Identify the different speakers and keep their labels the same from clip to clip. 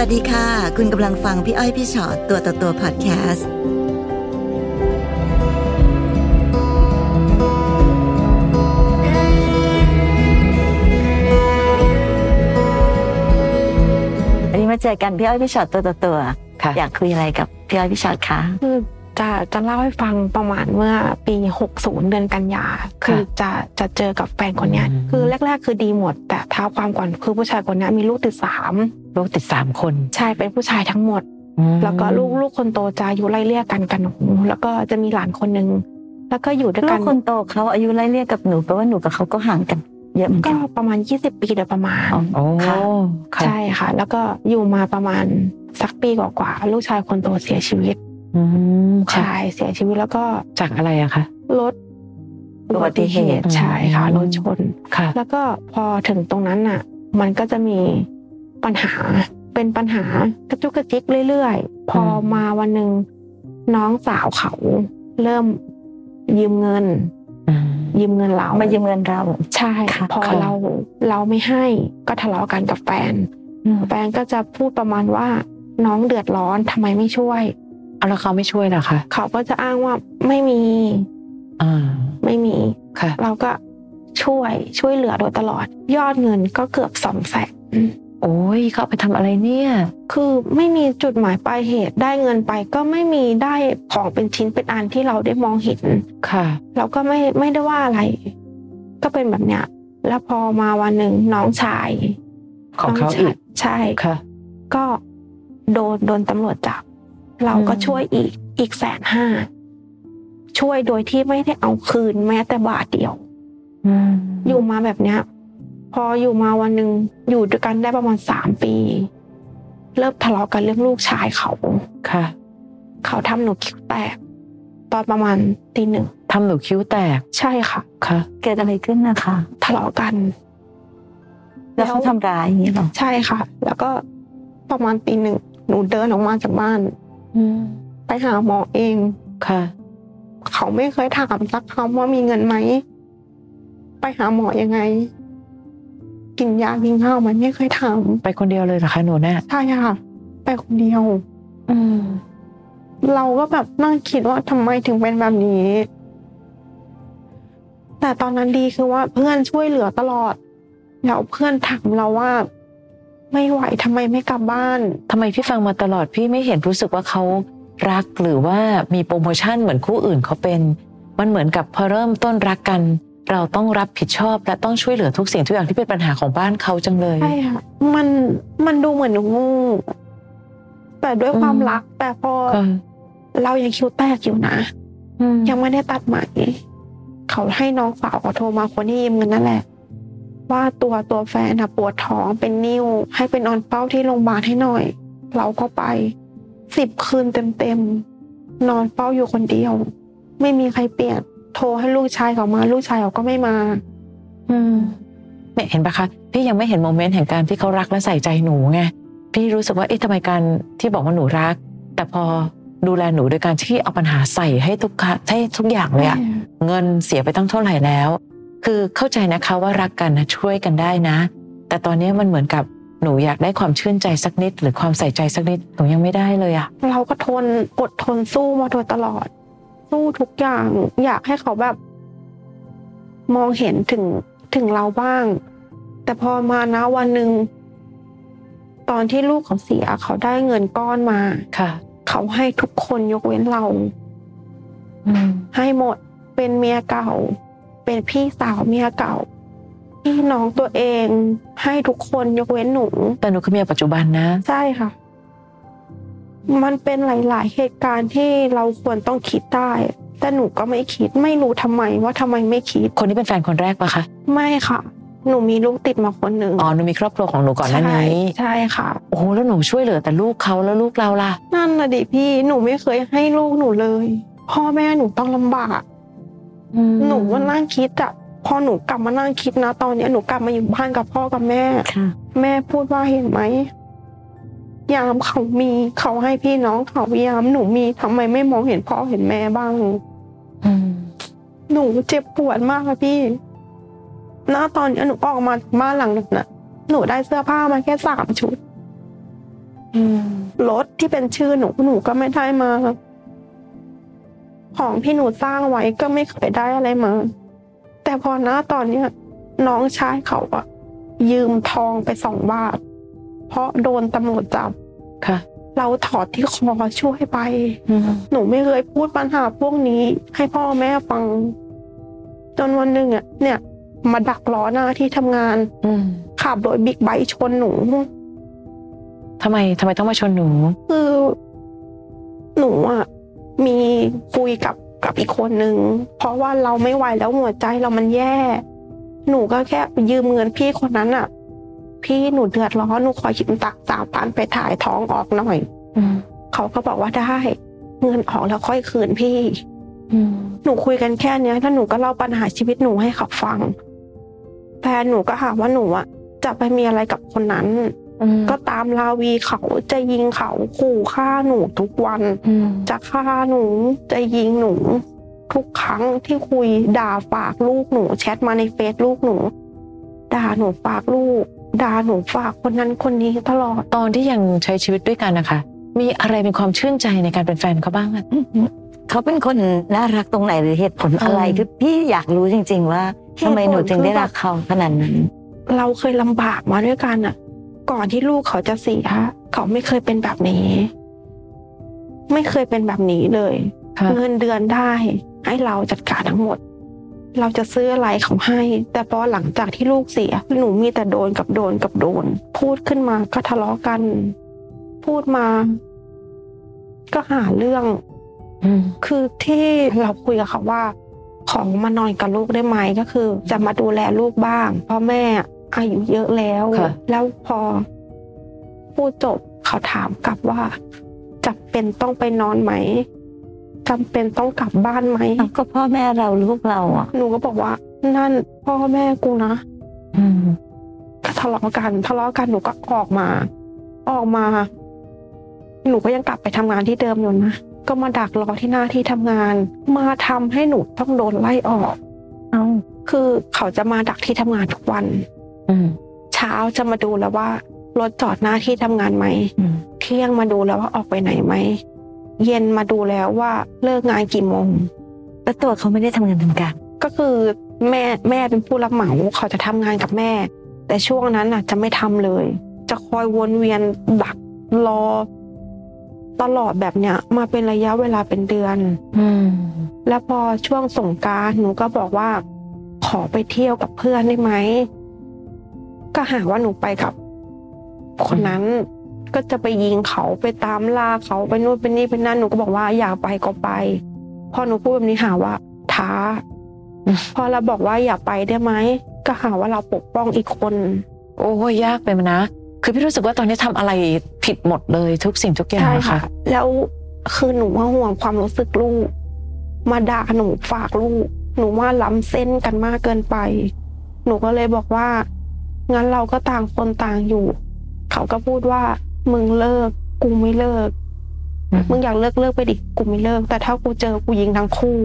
Speaker 1: วัสดีค่ะ คุณกำลังฟังพี่อ้อยพี่ชอตตัวต่อตัวพอดแคสต์ อันนี้มาเจอกันพี่อ้อยพี่ชอตตัวต่อตัว
Speaker 2: ค่ะ
Speaker 1: อยากคุยอะไรกับพี่อ้อยพี่ชอตคะ
Speaker 3: คือจะจะเล่าให้ฟังประมาณเมื่อปี 60 เดือนกันยา คือจะจะเจอกับแฟนคนเนี้ย
Speaker 2: อืม
Speaker 3: คือแรก ๆ คือดีหมด แต่เท้าความก่อนคือผู้ชายคนเนี้ยมีลูกติดสาม
Speaker 2: ลูกติดสามคน
Speaker 3: ใช่เป็นผู้ชายทั้งหมด แล้วก็ลูกลูกคนโตจะอายุไล่เลี่ยกันกันหนูแล้วก็จะมีหลานคนหนึงแล้วก็อยู่ด้วย
Speaker 1: ลู
Speaker 3: กั
Speaker 1: ก
Speaker 3: น
Speaker 1: คนโตเขาอายุไล่เรียกกับหนูแปลว่าหนูกับเขาก็ห่างกัน เยอะเหมือน
Speaker 3: ก็
Speaker 1: กัน
Speaker 3: ประมาณ 20 ปีโดยประมาณ
Speaker 1: อ๋อ
Speaker 2: โอ้
Speaker 1: ค่ะ
Speaker 2: ค่ะ
Speaker 3: ใช่ค่ะ แล้วก็อยู่มาประมาณสักปีกว่าๆลูกชายคนโตเสียชีวิต
Speaker 2: อืมค่ะ
Speaker 3: ใช่เสียชีวิตแล้วก็
Speaker 2: จากอะไรอะคะ
Speaker 3: รถ
Speaker 1: อุบัติเหตุ
Speaker 3: ใช่ค่ะรถชน
Speaker 2: ค่ะ
Speaker 3: แล้วก็พอถึงตรงนั้นน่ะ มันก็จะมีปัญหา เป็นปัญหากระจุกกระจิกเรื่อยๆ พอ
Speaker 2: ม
Speaker 3: มาวันหนึ่งน้องสาวเขาเริ่มยืมเงิน
Speaker 2: อืม
Speaker 3: ยืมเงินเรา
Speaker 1: มายืมเงินเรา
Speaker 3: ใช่
Speaker 1: ค่ะ
Speaker 3: พอ
Speaker 2: ค่ะ
Speaker 3: เราเราไม่ให้ก็ทะเลาะกันกับแฟน แฟนก็จะพูดประมาณว่า น้องเดือดร้อนทำไมไม่ช่วย
Speaker 2: เอาแล้วเขาไม่ช่วยเหรอคะ
Speaker 3: เขาก็จะอ้างว่าไม่มี
Speaker 2: อ่า
Speaker 3: ไม่มี
Speaker 2: ค่ะ
Speaker 3: เราก็ช่วยช่วยเหลือโดยตลอด ยอดเงินก็เกือบสองแสน
Speaker 2: โอ้ยเขาเอาไปทำอะไรเนี่ย
Speaker 3: คือไม่มีจุดหมายปลายเหตุได้เงินไปก็ไม่มีได้ของเป็นชิ้นเป็นอันที่เราได้มองเห็น
Speaker 2: ค่ะ
Speaker 3: เราก็ไม่ไม่ได้ว่าอะไร ก็เป็นแบบเนี้ยแล้วพอมาวันหนึ่งน้องชาย
Speaker 2: ของเขา
Speaker 3: น้ชย
Speaker 2: อีก
Speaker 3: ใช่
Speaker 2: ค่ะ
Speaker 3: ก็โดนโดนตำรวจจับ เราก็
Speaker 2: อืม
Speaker 3: ช่วยอีกอีกแสนห้าช่วยโดยที่ไม่ได้เอาคืนแม้แต่บาทเดียว
Speaker 2: อืม
Speaker 3: อยู่มาแบบเนี้ย พออยู่มาวันหนึ่งอยู่ด้วยกันได้ประมาณสามปี เริ่มทะเลาะกันเรื่องลูกชายเขา
Speaker 2: ค่ะ
Speaker 3: เขาทำหนูคิ้วแตก ตอนประมาณตีหนึ่ง
Speaker 2: ทำหนูคิ้วแตก
Speaker 3: ใช่ค่ะ
Speaker 2: ค่ะ
Speaker 1: เกิดอะไรขึ้นนะคะ
Speaker 3: ทะเลาะกัน
Speaker 1: แล้วเขาทำร้ายอย่างนี้เหรอ
Speaker 3: ใช่ค่ะ แล้วก็ประมาณตีหนึ่งหนูเดินออกมาจากบ้าน
Speaker 2: อืม
Speaker 3: ไปหาหมอเอง
Speaker 2: ค่ะ
Speaker 3: เขาไม่เคยถามสักคำว่ามีเงินไหม ไปหาหมอยังไง กินยากินข้าวไหมันไม่เคยถาม
Speaker 2: ไปคนเดียวเลยเหรอคะหนูเนี่ย
Speaker 3: ใช่ค่ะ ไปคนเดียว
Speaker 2: อืม
Speaker 3: เราก็แบบนั่งคิดว่าทำไมถึงเป็นแบบนี้ แต่ตอนนั้นดีคือว่าเพื่อนช่วยเหลือตลอด แล้วเพื่อนถามเราว่า ไม่ไหวทำไมไม่กลับบ้าน
Speaker 2: ทำไมพี่ฟังมาตลอดพี่ไม่เห็นรู้สึกว่าเขารักหรือว่ามีโปรโมชั่นเหมือนคู่อื่นเขาเป็น มันเหมือนกับพอเริ่มต้นรักกัน เราต้องรับผิดชอบ และต้องช่วยเหลือทุกสิ่งทุกอย่างที่เป็นปัญหาของบ้านเขาจังเลย
Speaker 3: ใช่ค่ะมันมันดูเหมือนโงูแต่ด้วยความ
Speaker 2: อืม
Speaker 3: รัก แต่พอ
Speaker 2: ค่ะ
Speaker 3: เรายังคิ้วแตกอยู่นะ
Speaker 2: อืม
Speaker 3: ยังไม่ได้ตัดไหมเขาให้น้องสาวเขาโทรมาคนที่ยืมเงินนั่นแหละ ว่าตัวตัวแฟนนะปวดท้องเป็นนิ่วให้เป็นนอนเป้าที่โรงพยาบาลให้หน่อย เราก็ไปสิบคืนเต็มๆนอนเป้าอยู่คนเดียว ไม่มีใครเปลี่ยน โทรให้ลูกชายเขามา ลูกชายเขาก็ไม่มา
Speaker 2: ไม่เห็นปะคะพี่ยังไม่เห็นโมเมนต์แห่งการที่เขารักและใส่ใจหนูไงพี่รู้สึกว่าเอ๊ะทำไมการที่บอกว่าหนูรัก แต่พอดูแลหนูโดยการที่เอาปัญหาใส่ให้ทุกค่ะให้ทุกอย่างเลยอะเงินเสียไปตั้งเท่าไหร่แล้ว คือเข้าใจนะคะว่ารักกันนะช่วยกันได้นะ แต่ตอนนี้มันเหมือนกับหนูอยากได้ความชื่นใจสักนิด หรือความใส่ใจสักนิดหนูยังไม่ได้เลยอะ
Speaker 3: เราก็ทนอดทนสู้มาโดยตลอด สู้ทุกอย่าง อยากให้เขาแบบ มองเห็นถึงถึงเราบ้าง แต่พอมานะวันหนึ่งตอนที่ลูกเขาเสียเขาได้เงินก้อนมา
Speaker 2: ค่ะ
Speaker 3: เขาให้ทุกคนยกเว้นเรา
Speaker 2: อืม
Speaker 3: ให้หมดเป็นเมียเก่า เป็นพี่สาวเมียเก่าพี่น้องตัวเอง ให้ทุกคนยกเว้นหนู
Speaker 2: แต่หนูคือเมียปัจจุบันนะ
Speaker 3: ใช่ค่ะ มันเป็นหลาย ๆ เหตุการณ์ที่เราควรต้องคิดได้ แต่หนูก็ไม่คิด ไม่รู้ทำไมว่าทำไมไม่คิด
Speaker 2: คนที่เป็นแฟนคนแรกปะคะ
Speaker 3: ไม่ค่ะ หนูมีลูกติดมาคนหนึ่ง
Speaker 2: อ๋อหนูมีครอบครัวของหนูก่อนหน้านี้
Speaker 3: ใช่ใช่ค่ะ
Speaker 2: โอ้โหแล้วหนูช่วยเหลือแต่ลูกเขาแล้วลูกเราล่ะ
Speaker 3: นั่นน่ะดิพี่ หนูไม่เคยให้ลูกหนูเลย พ่อแม่หนูต้องลำบาก หนูก็นั่งคิดอะพอหนูกลับมานั่งคิดนะ ตอนเนี้ยหนูกลับมาอยู่บ้านกับพ่อกับแม่
Speaker 1: ค่ะ
Speaker 3: แม่พูดว่าเห็นไหม ยามเขามีเขาให้พี่น้องเขายามหนูมีทำไมไม่มองเห็นพ่อเห็นแม่บ้าง
Speaker 2: อืม
Speaker 3: หนูเจ็บปวดมากค่ะพี่ณตอนนี้หนูออกมาจากบ้านหลังนั้นนะหนูได้เสื้อผ้ามาแค่สามชุด
Speaker 2: อื อืม
Speaker 3: รถที่เป็นชื่อหนูหนูก็ไม่ได้มา ของที่หนูสร้างไว้ก็ไม่เคยได้อะไรมา แต่พอหน้าตอนเนี้ยน้องชายเขาอะยืมทองไปสองบาท เพราะโดนตำรวจจับ
Speaker 2: ค่ะ
Speaker 3: เราถอดที่คอช่วยไป
Speaker 2: อืม
Speaker 3: หนูไม่เคยพูดปัญหาพวกนี้ ให้พ่อแม่ฟัง จนวันหนึ่งอะเนี่ย มาดักล้อหน้าที่ทำงาน
Speaker 2: อืม
Speaker 3: ขับรถบิ๊กไบค์ชนหนู
Speaker 2: ทำไมทำไมต้องมาชนหนู
Speaker 3: คือหนูอ่ะมีคุยกับกับอีกคนนึง เพราะว่าเราไม่ไหวแล้วหัวใจเรามันแย่ หนูก็แค่ยืมเงินพี่คนนั้นอ่ะ พี่หนูเดือดร้อนหนูขอยืมตักสามพันไปถ่ายท้องออกหน่อย
Speaker 2: อืม
Speaker 3: เขาก็บอกว่าได้ เงินออกแล้วค่อยคืนพี่
Speaker 2: อืม
Speaker 3: หนูคุยกันแค่เนี้ยแล้วหนูก็เล่าปัญหาชีวิตหนูให้เขาฟังแฟนหนูก็หาว่าหนูอ่ะ จะไปมีอะไรกับคนนั้น
Speaker 2: อืม
Speaker 3: ก็ตามลาวีเขาจะยิงเขาขู่ฆ่าหนูทุกวัน
Speaker 2: อืม
Speaker 3: จะฆ่าหนูจะยิงหนูทุกครั้งที่คุยด่าฝากลูกหนูแชทมาในเฟซลูกหนู ด่าหนูฝากลูก ด่าหนูฝากคนนั้นคนนี้ตลอด
Speaker 2: ตอนที่ยังใช้ชีวิตด้วยกันนะคะ มีอะไรเป็นความชื่นใจในการเป็นแฟนเขาบ้างอะ
Speaker 1: เขาเป็นคนน่ารักตรงไหนหรือเหตุผลอะไร
Speaker 2: อืม
Speaker 1: คือพี่อยากรู้จริง ๆ ว่าทำไมหนูถึงได้รักเขาขนาดนั้น
Speaker 3: เราเคยลำบากมาด้วยกันอ่ะ ก่อนที่ลูกเขาจะเสียเขาไม่เคยเป็นแบบนี้ ไม่เคยเป็นแบบนี้เลย
Speaker 2: ค่ะ
Speaker 3: เงินเดือนได้ ให้เราจัดการทั้งหมด เราจะซื้ออะไรเขาให้ แต่พอหลังจากที่ลูกเสียหนูมีแต่โดนกับโดนกับโดน พูดขึ้นมาก็ทะเลาะกัน พูดมา ก็หาเรื่อง
Speaker 2: อืม
Speaker 3: คือที่เราคุยกับเขาว่า ของมานอนกับลูกได้ไหมก็คือ จะมาดูแลลูกบ้างเพ่อแม่อายุเยอะแล้ว
Speaker 2: ค่ะ
Speaker 3: แล้วพอพูดจบเขาถามกลับว่าจำเป็นต้องไปนอนไหมจำเป็นต้องกลับบ้านไหม
Speaker 1: ก็พ่อแม่เราลูกเราอ่ะ
Speaker 3: หนูก็บอกว่า นั่นพ่อแม่กูนะ
Speaker 2: อืม
Speaker 3: ก็ทะเลาะกันทะเลาะกันหนูก็ออกมา ออกมา หนูก็ยังกลับไปทำงานที่เดิมอยู่นะก็มาดักรอที่หน้าที่ทำงาน มาทำให้หนูต้องโดนไล่ออก
Speaker 1: เอา
Speaker 3: คือเขาจะมาดักที่ทำงานทุกวัน
Speaker 2: อืม
Speaker 3: เช้าจะมาดูแล้วว่ารถจอดหน้าที่ทำงานไหม
Speaker 2: อืม
Speaker 3: เที่ยงมาดูแล้วว่าออกไปไหนไหมเย็นมาดูแล้วว่าเลิกงานกี่โมง
Speaker 1: แล้วตัวเขาไม่ได้ทำงานทำการ
Speaker 3: ก็คือแม่แม่เป็นผู้รับเหมาเขาจะทำงานกับแม่ แต่ช่วงนั้นน่ะจะไม่ทำเลย จะคอยวนเวียนดักรอ ตลอดแบบเนี้ยมาเป็นระยะเวลาเป็นเดือน
Speaker 2: อืม
Speaker 3: แล้วพอช่วงสงกรารหนูก็บอกว่า ขอไปเที่ยวกับเพื่อนได้ไหม ก็หาว่าหนูไปกับ คนนั้นก็จะไปยิงเขาไปตามล่าเขาไปนู่นไปนี่ไปนั่นหนูก็บอกว่าอยากไปก็ไปพอหนูพูดแบบนี้หาว่า ท้า พอเราบอกว่าอย่าไปได้ไหมก็หาว่าเราปกป้องอีกคน
Speaker 2: โอ้ยยากไปมั้ยนะ คือพี่รู้สึกว่าตอนนี้ทำอะไรผิดหมดเลยทุกสิ่งทุกอย่าง
Speaker 3: ใช่
Speaker 2: อะ
Speaker 3: ค่ะ
Speaker 2: ค่ะ
Speaker 3: แล้วคือหนูว่าห่วงความรู้สึกลูก มาด่าหนูฝากลูก หนูว่าล้ำเส้นกันมากเกินไป หนูก็เลยบอกว่า งั้นเราก็ต่างคนต่างอยู่ เขาก็พูดว่า มึงเลิก กูไม่เลิก
Speaker 2: อืม
Speaker 3: มึงอยากเลิกเลิกไปดิ กูไม่เลิก แต่ถ้ากูเจอกูยิงทั้งคู่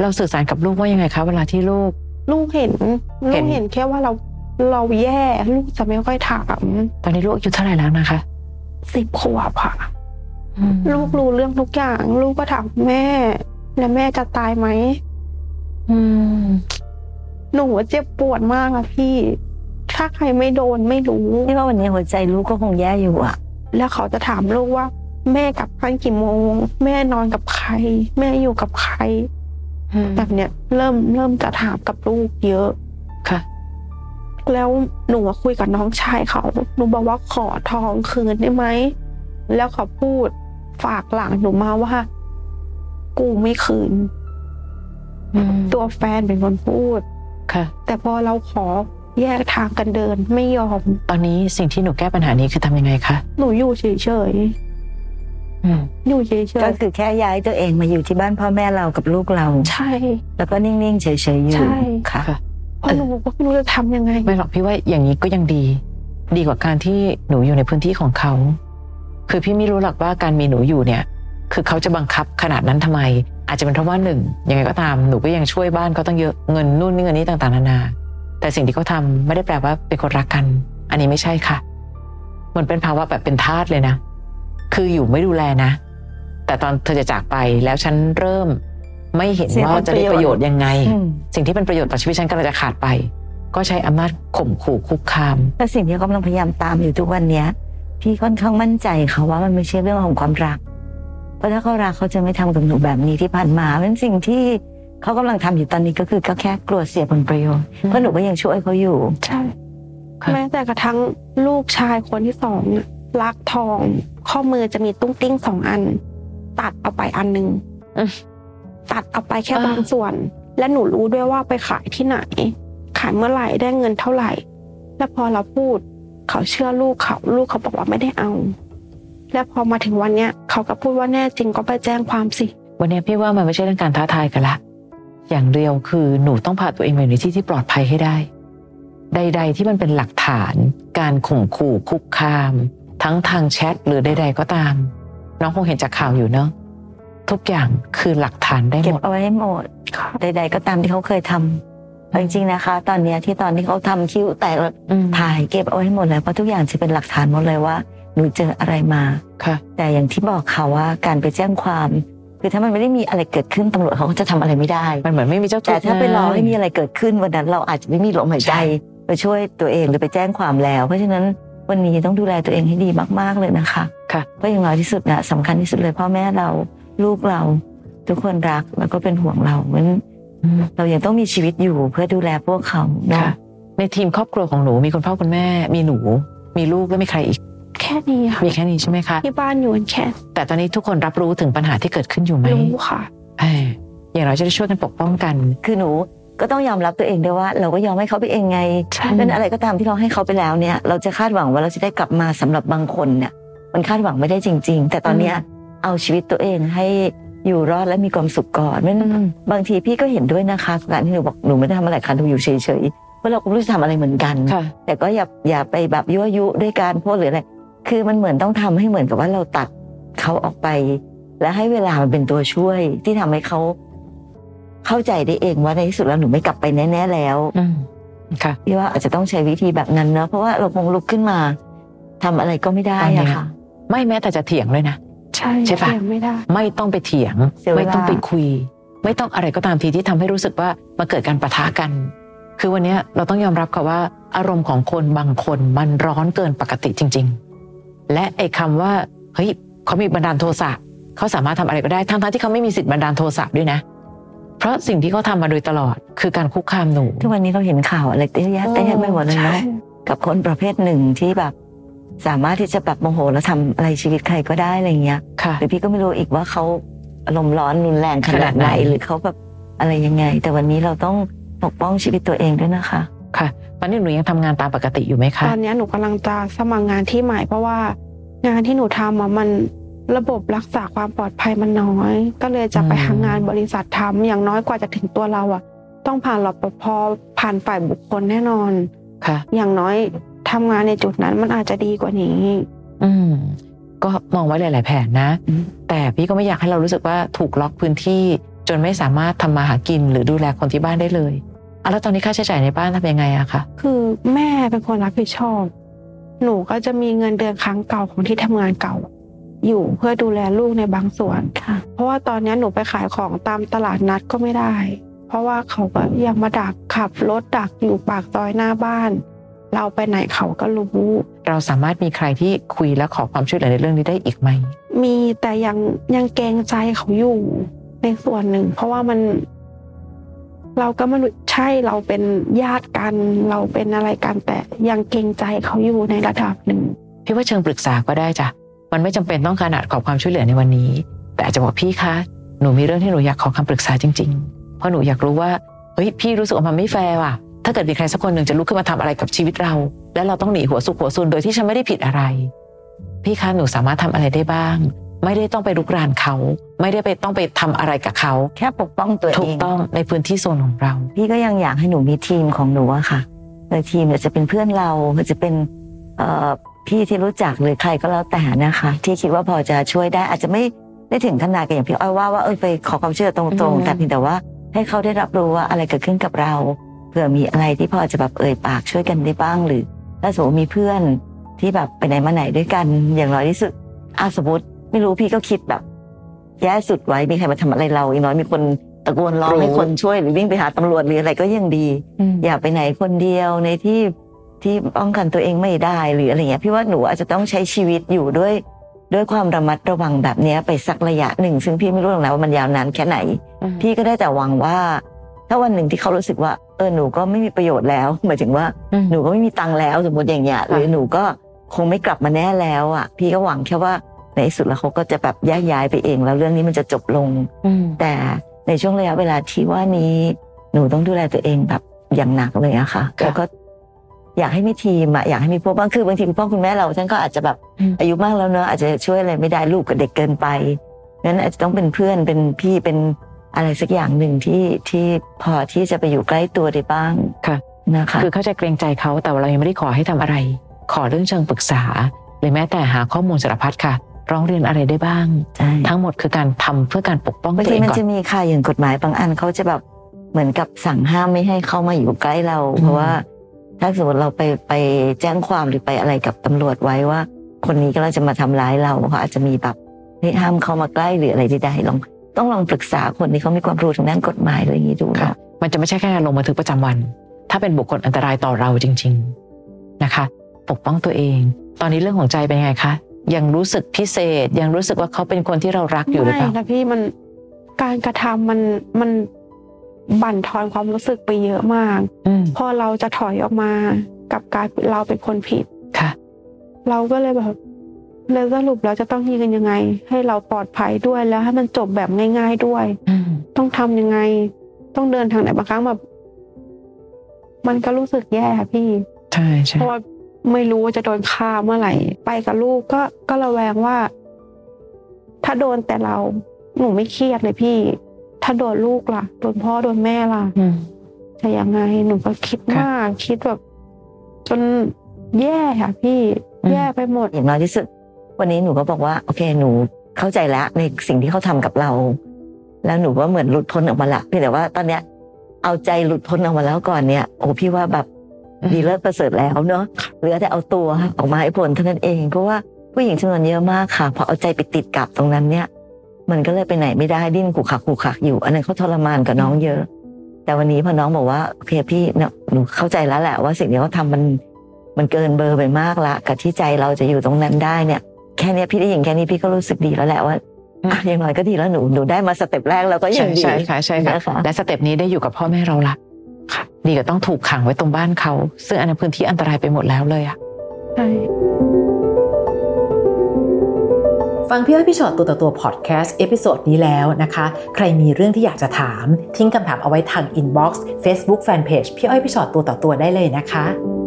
Speaker 2: เราสื่อสารกับลูกว่ายังไงคะเวลาที่ลูก
Speaker 3: ลูกเห็น
Speaker 2: เห็
Speaker 3: ลู
Speaker 2: น
Speaker 3: กเห็นแค่ว่าเรา เราแย่ ลูกจะไม่ค่อยถาม
Speaker 2: ตอนนี้ลูกอายุเท่าไหร่แล้วนะคะ
Speaker 3: สิบขวบค่ะ
Speaker 2: อืม
Speaker 3: ลูกรู้เรื่องทุกอย่าง ลูกก็ถามแม่ แล้วแม่จะตายไหม
Speaker 2: อืม
Speaker 3: หนูว่าเจ็บปวดมากอะพี่ ถ้าใครไม่โดนไม่รู้
Speaker 1: ที่ว่าวันนี้หัวใจลูกก็คงแย่อยู่อ่ะ
Speaker 3: แล้วเขาจะถามลูกว่า แม่กลับบ้านกี่โมง แม่นอนกับใคร แม่อยู่กับใคร
Speaker 2: อืม
Speaker 3: แบบเนี้ยเริ่มเริ่มจะถามกับลูกเยอะ
Speaker 2: ค่ะ
Speaker 3: แล้วหนูอะคุยกับน้องชายเขา หนูบอกว่าขอทองคืนได้ไหม แล้วเขาพูดฝากหลังหนูมาว่า กูไม่คืน
Speaker 2: อืม
Speaker 3: ตัวแฟนเป็นคนพูด
Speaker 2: ค่ะ
Speaker 3: แต่พอเราขอแยกทางกันเดินไม่ยอม
Speaker 2: ตอนนี้สิ่งที่หนูแก้ปัญหานี้คือทำยังไงคะ
Speaker 3: หนูอยู่เฉยๆ
Speaker 2: อืม
Speaker 3: อยู่เฉยๆ
Speaker 1: ก็คือแค่ย้ายตัวเองมาอยู่ที่บ้านพ่อแม่เรากับลูกเรา
Speaker 3: ใช่
Speaker 1: แล้วก็นิ่งๆเฉยๆอยู่
Speaker 3: ใช่
Speaker 1: ค่ะ
Speaker 2: ค่ะ
Speaker 3: เพราะหนูก็ไม่รู้จะทำยังไง
Speaker 2: ไม่หรอกพี่ว่าอย่างนี้ก็ยังดี ดีกว่าการที่หนูอยู่ในพื้นที่ของเขา คือพี่ไม่รู้หรอกว่าการมีหนูอยู่เนี่ย คือเขาจะบังคับขนาดนั้นทำไม อาจจะเป็นเพราะว่าหนึ่งยังไงก็ตามหนูก็ยังช่วยบ้านเขาตั้งเยอะเงินนู่นนี่เงินนี้ต่างๆนานา แต่สิ่งที่เขาทำไม่ได้แปลว่าเป็นคนรักกัน อันนี้ไม่ใช่ค่ะ มันเป็นภาวะแบบเป็นทาสเลยนะ คืออยู่ไม่ดูแลนะ แต่ตอนเธอจะจากไปแล้วฉันเริ่ม ไม่เห็น
Speaker 4: เสียผล
Speaker 2: ว่าจะได้ประโยชน์ยังไง
Speaker 4: อืม
Speaker 2: สิ่งที่เป็นประโยชน์ต่อชีวิตฉันกำลังจะขาดไป ก็ใช้อำนาจข่มขู่คุกคาม
Speaker 4: แต่สิ่งที่กำลังพยายามตามอยู่ทุกวันเนี้ย พี่ค่อนข้างมั่นใจค่ะว่ามันไม่ใช่เรื่องของความรัก เพราะถ้าเขารักเขาจะไม่ทำกับหนูแบบนี้ที่ผ่านมาเป็นสิ่งที่เขากำลังทำอยู่ตอนนี้ก็คือก็แค่กลัวเสียผลประโยชน์เพราะหนูก็ยังช่วยเขาอยู่
Speaker 3: ใช่
Speaker 2: ค่ะ
Speaker 3: แม้แต่กระทั่งลูกชายคนที่สองเนี่ยลักทอง ข้อมือจะมีตุ้งติ้งสองอัน ตัดเอาไปอันหนึง
Speaker 2: อืม
Speaker 3: ตัดเอาไปแค่
Speaker 2: อ่า
Speaker 3: บางส่วน และหนูรู้ด้วยว่าไปขายที่ไหน ขายเมื่อไหร่ได้เงินเท่าไหร่ แล้วพอเราพูด เขาเชื่อลูกเขาลูกเขาบอกว่าไม่ได้เอา และพอมาถึงวันเนี้ยเขาก็พูดว่าแน่จริงก็ไปแจ้งความสิ
Speaker 2: วันนี้พี่ว่ามันไม่ใช่เรื่องการท้าทายกันละ อย่างเดียวคือหนูต้องพาตัวเองไปอยู่ในที่ที่ปลอดภัยให้ได้ ใด ๆ ที่มันเป็นหลักฐาน การข่มขู่คุกคาม ทั้งทางแชทหรือใด ๆ ก็ตาม น้องคงเห็นจากข่าวอยู่เนอะทุกอย่างคือหลักฐานได้
Speaker 4: เก็
Speaker 2: ห
Speaker 4: บ
Speaker 2: มด
Speaker 4: เอาไว้ให้หมดใด ๆ ก็ตามที่เขาเคยทำเอาจริงๆนะคะ ตอนเนี้ยที่ตอนที่เขาทำคิ้วแตกแล้ว
Speaker 2: อืม
Speaker 4: ถ่ายเก็บเอาไว้ให้หมดเลยเพราะทุกอย่างจะเป็นหลักฐานหมดเลยว่าหนูเจออะไรมา
Speaker 2: ค่ะ
Speaker 4: แต่อย่างที่บอกค่ะว่าการไปแจ้งความ คือถ้ามันไม่ได้มีอะไรเกิดขึ้นตำรวจเขาก็จะทำอะไรไม่ได้
Speaker 2: มันเหมือนไม่มีเจ้าทุก
Speaker 4: แต่
Speaker 2: ข์
Speaker 4: ถ้าไปรอ
Speaker 2: เลย
Speaker 4: ให้มีอะไรเกิดขึ้นวันนั้น เราอาจจะไม่มีลมหายใจไปช่วยตัวเองหรือไปแจ้งความแล้ว เพราะฉะนั้นวันนี้ต้องดูแลตัวเองให้ดีมาก ๆเลยนะคะ
Speaker 2: ค่ะ
Speaker 4: เพราะอย่างน้อยที่สุดนะสำคัญที่สุดเลยพ่อแม่เราลูกเรา ทุกคนรักแล้วก็เป็นห่วงเราเพราะฉะนั้น
Speaker 2: อืม
Speaker 4: เรายังต้องมีชีวิตอยู่เพื่อดูแลพวกเขาเนาะ
Speaker 2: ค่ะ ในทีมครอบครัวของหนูมีคุณพ่อคุณแม่ มีหนู มีลูกแล้วมีใครอีก
Speaker 3: แค่นี้ค่ะ
Speaker 2: มีแค่นี้ใช่ไหมคะ
Speaker 3: ที่บ้านอยู่กันแค่
Speaker 2: แต่ตอนนี้ทุกคนรับรู้ถึงปัญหาที่เกิดขึ้นอยู่ไหม
Speaker 3: รู้ค่ะ
Speaker 2: เอออย่างน้อยจะได้ช่วยกันปกป้องกัน
Speaker 4: คือหนูก็ต้องยอมรับตัวเองด้วยว่า เราก็ยอมให้เขาไปเองไง
Speaker 3: ใช่
Speaker 4: นั้นอะไรก็ตามที่เราให้เขาไปแล้วเนี่ย เราจะคาดหวังว่าเราจะได้กลับมาสำหรับบางคนเนี่ย มันคาดหวังไม่ได้จริง ๆ แต่ตอนเนี้ยเอาชีวิตตัวเองให้อยู่รอดและมีความสุขก่อนเพราะฉะนั้นบางทีพี่ก็เห็นด้วยนะคะกับการที่หนูบอกหนูไม่ได้ทำอะไรค่ะหนูอยู่เฉยๆเพราะเราก็ไม่รู้จะทำอะไรเหมือนกัน
Speaker 2: ค่ะ
Speaker 4: แต่ก็อย่าอย่าไปแบบยั่วยุด้วยการพูดหรืออะไรคือมันเหมือนต้องทำให้เหมือนกับว่าเราตัดเขาออกไป และให้เวลามันเป็นตัวช่วยที่ทำให้เขาเข้าใจได้เองว่าในที่สุดแล้วหนูไม่กลับไปแน่ๆแล้ว
Speaker 2: อืมค่ะ
Speaker 4: พี่ว่าอาจจะต้องใช้วิธีแบบนั้นเนอะเพราะว่าเราคงลุกขึ้นมาทำอะไรก็ไม่ได้
Speaker 2: ตอนเนี้ย
Speaker 4: อะค่ะ
Speaker 2: ไม่แม้แต่จะเถียงเลยนะ
Speaker 3: ใช่
Speaker 2: ใช่ปะ
Speaker 3: เถียงไม่ได้
Speaker 2: ไม่ต้องไปเถียง
Speaker 4: เสียเวลา
Speaker 2: ไม่ต้องไปคุย ไม่ต้องอะไรก็ตามทีที่ทำให้รู้สึกว่ามาเกิดการปะทะกัน คือวันเนี้ยเราต้องยอมรับค่ะว่าอารมณ์ของคนบางคนมันร้อนเกินปกติจริง ๆ และไอ้คำว่าเฮ้ยเขามีบันดาลโทสะเขาสามารถทำอะไรก็ได้ทั้งๆที่เขาไม่มีสิทธิ์บันดาลโทสะด้วยนะ เพราะสิ่งที่เขาทำมาโดยตลอด คือการคุกคามหนู
Speaker 4: ทุกวันนี้เราเห็นข่าวอะไรเยอะแยะเต็มไปหมดเลยเนาะกับคนประเภทหนึ่งที่แบบ สามารถที่จะแบบโมโหแล้วทำอะไรชีวิตใครก็ได้อะไรเงี้ย
Speaker 2: ค่ะ
Speaker 4: หรือพี่ก็ไม่รู้อีกว่าเขาอารมณ์ร้อนรุนแรงขนาดไหน
Speaker 2: ขนาดไหน
Speaker 4: หรือเขาแบบอะไรยังไง แต่วันนี้เราต้องปกป้องชีวิตตัวเองด้วยนะคะ
Speaker 2: ค่ะตอนนี้หนูยังทำงานตามปกติอยู่ไหมคะ
Speaker 3: ตอนเนี้ยหนูกำลังจะสมัครงานที่ใหม่เพราะว่า งานที่หนูทำอะมันระบบรักษาความปลอดภัยมันน้อย ก็เลยจะไป
Speaker 2: อืม
Speaker 3: หางานบริษัททำอย่างน้อยกว่าจะถึงตัวเราอะต้องผ่านรปภผ่านฝ่ายบุคคลแน่นอน
Speaker 2: ค่ะ
Speaker 3: อย่างน้อยทำงานในจุดนั้นมันอาจจะดีกว่านี้
Speaker 2: อืมก็มองไว้หลาย ๆ แผนนะ
Speaker 4: อืม
Speaker 2: แต่พี่ก็ไม่อยากให้เรารู้สึกว่าถูกล็อกพื้นที่ จนไม่สามารถทำมาหากินหรือดูแลคนที่บ้านได้เลยอะแล้วตอนนี้ค่าใช้จ่ายในบ้านทำยังไงอะคะ
Speaker 3: คือแม่เป็นคนรับผิดชอบ หนูก็จะมีเงินเดือนครั้งเก่าของที่ทำงานเก่า อยู่เพื่อดูแลลูกในบางส่วน
Speaker 4: ค่ะ
Speaker 3: เพราะว่าตอนเนี้ยหนูไปขายของตามตลาดนัดก็ไม่ได้ เพราะว่าเขาก็ยังมาดักขับรถดักอยู่ปากซอยหน้าบ้าน เราไปไหนเขาก็รู้
Speaker 2: เราสามารถมีใครที่คุยและขอความช่วยเหลือในเรื่องนี้ได้อีกไหม
Speaker 3: มีแต่ยังยังเกรงใจเขาอยู่ในส่วนหนึ่ง เพราะว่ามัน เราก็ไม่รู้ใช่เราเป็นญาติกัน เราเป็นอะไรกันแต่ยังเกรงใจเขาอยู่ในระดับหนึ่ง
Speaker 2: พี่ว่าเชิงปรึกษาก็ได้จ้ะ มันไม่จำเป็นต้องขนาดขอความช่วยเหลือในวันนี้ แต่อาจจะบอกพี่คะ หนูมีเรื่องที่หนูอยากขอคำปรึกษาจริง ๆ เพราะหนูอยากรู้ว่า เฮ้ย พี่รู้สึกว่ามันไม่แฟร์ว่ะ ถ้าเกิดมีใครสักคนหนึ่งจะลุกขึ้นมาทำอะไรกับชีวิตเรา แล้วเราต้องหนีหัวสุกหัวซุนโดยที่ฉันไม่ได้ผิดอะไร พี่คะ หนูสามารถทำอะไรได้บ้าง ไม่ได้ต้องไปรุกรานเขา ไม่ได้ไปต้องไปทำอะไรกับเขา
Speaker 4: แค่ปกป้องตัวเอง
Speaker 2: ถูกต้องในพื้นที่โซนของเรา
Speaker 4: พี่ก็ยังอยากให้หนูมีทีมของหนูอะค่ะโดยทีมเนี่ยจะเป็นเพื่อนเราอาจจะเป็นเอ่อพี่ที่รู้จักหรือใครก็แล้วแต่นะคะ ที่คิดว่าพอจะช่วยได้ อาจจะไม่ได้ถึงขนาดกับอย่างพี่อ้อยว่าว่าเออไปขอความช่วยเหลือต
Speaker 2: อื
Speaker 4: รง
Speaker 2: ม
Speaker 4: ๆ แต่เพียงแต่ว่าให้เขาได้รับรู้ว่าอะไรเกิดขึ้นกับเราเผื่อมีอะไรที่พอจะแบบเอ่ยปากช่วยกันได้บ้างหรือ ถ้าสมมติมีเพื่อนที่แบบไปไหนมาไหนด้วยกันอย่างน้อยที่สุด อ่ะสมมติไม่รู้พี่ก็คิดแบบ แย่สุดไว้มีใครมาทำอะไรเราอีกน้อยมีคนตะโกนร้อง
Speaker 2: รู้
Speaker 4: ให้คนช่วยหรือวิ่งไปหาตำรวจหรืออะไรก็ยังดี
Speaker 2: อืม
Speaker 4: อย่าไปไหนคนเดียวในที่ที่ป้องกันตัวเองไม่ได้หรืออะไรเงี้ยพี่ว่าหนูอาจจะต้องใช้ชีวิตอยู่ด้วย ด้วยความระมัดระวังแบบเนี้ยไปสักระยะหนึ่ง ซึ่งพี่ไม่รู้หรอกนะว่ามันยาวนานแค่ไหน
Speaker 2: อืม
Speaker 4: พี่ก็ได้แต่หวังว่า ถ้าวันหนึ่งที่เขารู้สึกว่า เออหนูก็ไม่มีประโยชน์แล้ว หมายถึงว่า
Speaker 2: อืม
Speaker 4: หนูก็ไม่มีตังค์แล้วสมมติอย่างเงี้ยหรือหนูก็คงไม่กลับมาแน่แล้วอ่ะ พี่ก็หวังแค่ว่าในที่สุดแล้วเขาก็จะแบบแยกย้ายไปเอง แล้วเรื่องนี้มันจะจบลง
Speaker 2: อืม
Speaker 4: แต่ในช่วงระยะเวลาที่ว่านี้หนูต้องดูแลตัวเองแบบอย่างหนักเลยอะค่ะ
Speaker 2: ค่ะ
Speaker 4: แล้วก็อยากให้มีทีมอะอยากให้มีพวกบ้างคือบางทีคุณพ่อคุณแม่เราท่านก็อาจจะแบบ
Speaker 2: อืม
Speaker 4: อายุมากแล้วเนอะอาจจะช่วยอะไรไม่ได้ลูกกับเด็กเกินไปนั้นอาจจะต้องเป็นเพื่อนเป็นพี่เป็นอะไรสักอย่างหนึ่งที่ที่พอที่จะไปอยู่ใกล้ตัวได้บ้างนะคะ
Speaker 2: คือเข้าใจเกรงใจเขาแต่ว่าเรายังไม่ได้ขอให้ทำอะไร ขอเรื่องเชิงปรึกษา หรือแม้แต่หาข้อมูลสารพัดค่ะ ร้องเรียนอะไรได้บ้าง
Speaker 4: ใช่
Speaker 2: ทั้งหมดคือการทำเพื่อการปกป้อง
Speaker 4: บาง
Speaker 2: ตัว
Speaker 4: ที
Speaker 2: เอง
Speaker 4: มัน
Speaker 2: ก่อ
Speaker 4: จะ
Speaker 2: น
Speaker 4: มีค่ะอย่างกฎหมายบางอันเขาจะแบบเหมือนกับสั่งห้ามไม่ให้เข้ามาอยู่ใกล้เรา
Speaker 2: อืม
Speaker 4: เพราะว่า ถ้าสมมติเราไปไปแจ้งความหรือไปอะไรกับตำรวจไว้ว่า คนนี้ก็จะมาทำร้ายเราเขาอาจจะมีแบบเฮ้ยห้ามเข้ามาใกล้หรืออะไรใดๆลองต้องลองปรึกษาคนที่เขามีความรู้ทางด้านกฎหมายอะไรอย่างนี้ดู
Speaker 2: ค่ะ
Speaker 4: เนาะ
Speaker 2: มันจะไม่ใช่แค่ลงบันทึกประจำวัน ถ้าเป็นบุคคลอันตรายต่อเราจริง ๆนะคะ ปกป้องตัวเอง ตอนนี้เรื่องของใจเป็นไงคะยังรู้สึกพิเศษ ยังรู้สึกว่าเขาเป็นคนที่เรารักอยู่หรือ
Speaker 3: ไม่
Speaker 2: เปล่า
Speaker 3: นะพี่มันการกระทำมันมันบั่นทอนความรู้สึกไปเยอะมาก
Speaker 2: อืม
Speaker 3: พอเราจะถอยออกมากลับกลายเป็นเราเป็นคนผิด
Speaker 2: ค่ะ
Speaker 3: เราก็เลยแบบเลยสรุปเราจะต้องยืนยังไง ให้เราปลอดภัยด้วยแล้วให้มันจบแบบง่าย ๆด้วย
Speaker 2: อืม
Speaker 3: ต้องทำยังไง ต้องเดินทางไหนบางครั้งแบบ มันก็รู้สึกแย่ค่ะพี่
Speaker 2: ใช่ใช่
Speaker 3: เพราะว่าไม่รู้ว่าจะโดนฆ่าเมื่อไหร่ ไปกับลูกก็ก็ระแวงว่า ถ้าโดนแต่เราหนูไม่เครียดเลยพี่ ถ้าโดนลูกล่ะ โดนพ่อโดนแม่ล่ะ
Speaker 2: อืม
Speaker 3: จะยังไงหนูก็คิด
Speaker 2: ค่ะ
Speaker 3: มากคิดแบบ จนแย่ค่ะพี่
Speaker 2: อืม
Speaker 3: แย่ไปหมด
Speaker 4: อย่างน้อยที่สุด วันนี้หนูก็บอกว่า โอเคหนูเข้าใจแล้วในสิ่งที่เขาทำกับเรา แล้วหนูว่าเหมือนหลุดพ้นออกมาละเพียงแต่ว่าตอนเนี้ย เอาใจหลุดพ้นออกมาแล้วก่อนเนี่ย โอ้พี่ว่าแบบ ดีเลิศประเสริฐแล้วเนอะเหลือแต่เอาตัวออกมาให้ผลเท่านั้นเอง เพราะว่าผู้หญิงจำนวนเยอะมากค่ะพอเอาใจไปติดกับตรงนั้นเนี่ย มันก็เลยไปไหนไม่ได้ดิ้นขู่ขักขู่ขักอยู่ อันนั้นเขาทรมานกับน้องเยอะ แต่วันนี้พอน้องบอกว่าโอเคพี่เนี่ยหนูเข้าใจแล้วแหละว่าสิ่งที่เขาทำมันมันเกินเบอร์ไปมากละกับที่ใจเราจะอยู่ตรงนั้นได้เนี่ย แค่เนี้ยพี่ได้ยินแค่นี้พี่ก็รู้สึกดีแล้วแหละว่าอ่ะอย่างน้อยก็ดีแล้วหนูหนูได้มาสเต็ปแรกแล้วก็ยั
Speaker 2: ใช่
Speaker 4: งดี
Speaker 2: ใช่ค่ะใช่ค่ะ
Speaker 4: นะคะ
Speaker 2: และสเต็ปนี้ได้อยู่กับพ่อแม่เราละค่ะ ดีก็ต้องถูกขังไว้ตรงบ้านเขา ซึ่งอันนั้นพื้นที่อันตรายไปหมดแล้วเลยอะ
Speaker 3: ใช่
Speaker 5: ฟังพี่อ้อยพี่ชอตตัวต่อตัวพอดแคสต์เอพิโซดนี้แล้วนะคะ ใครมีเรื่องที่อยากจะถาม ทิ้งคำถามเอาไว้ทางอินบ็อกซ์เฟซบุ๊กแฟนเพจพี่อ้อยพี่ชอตตัวต่อตัวได้เลยนะคะ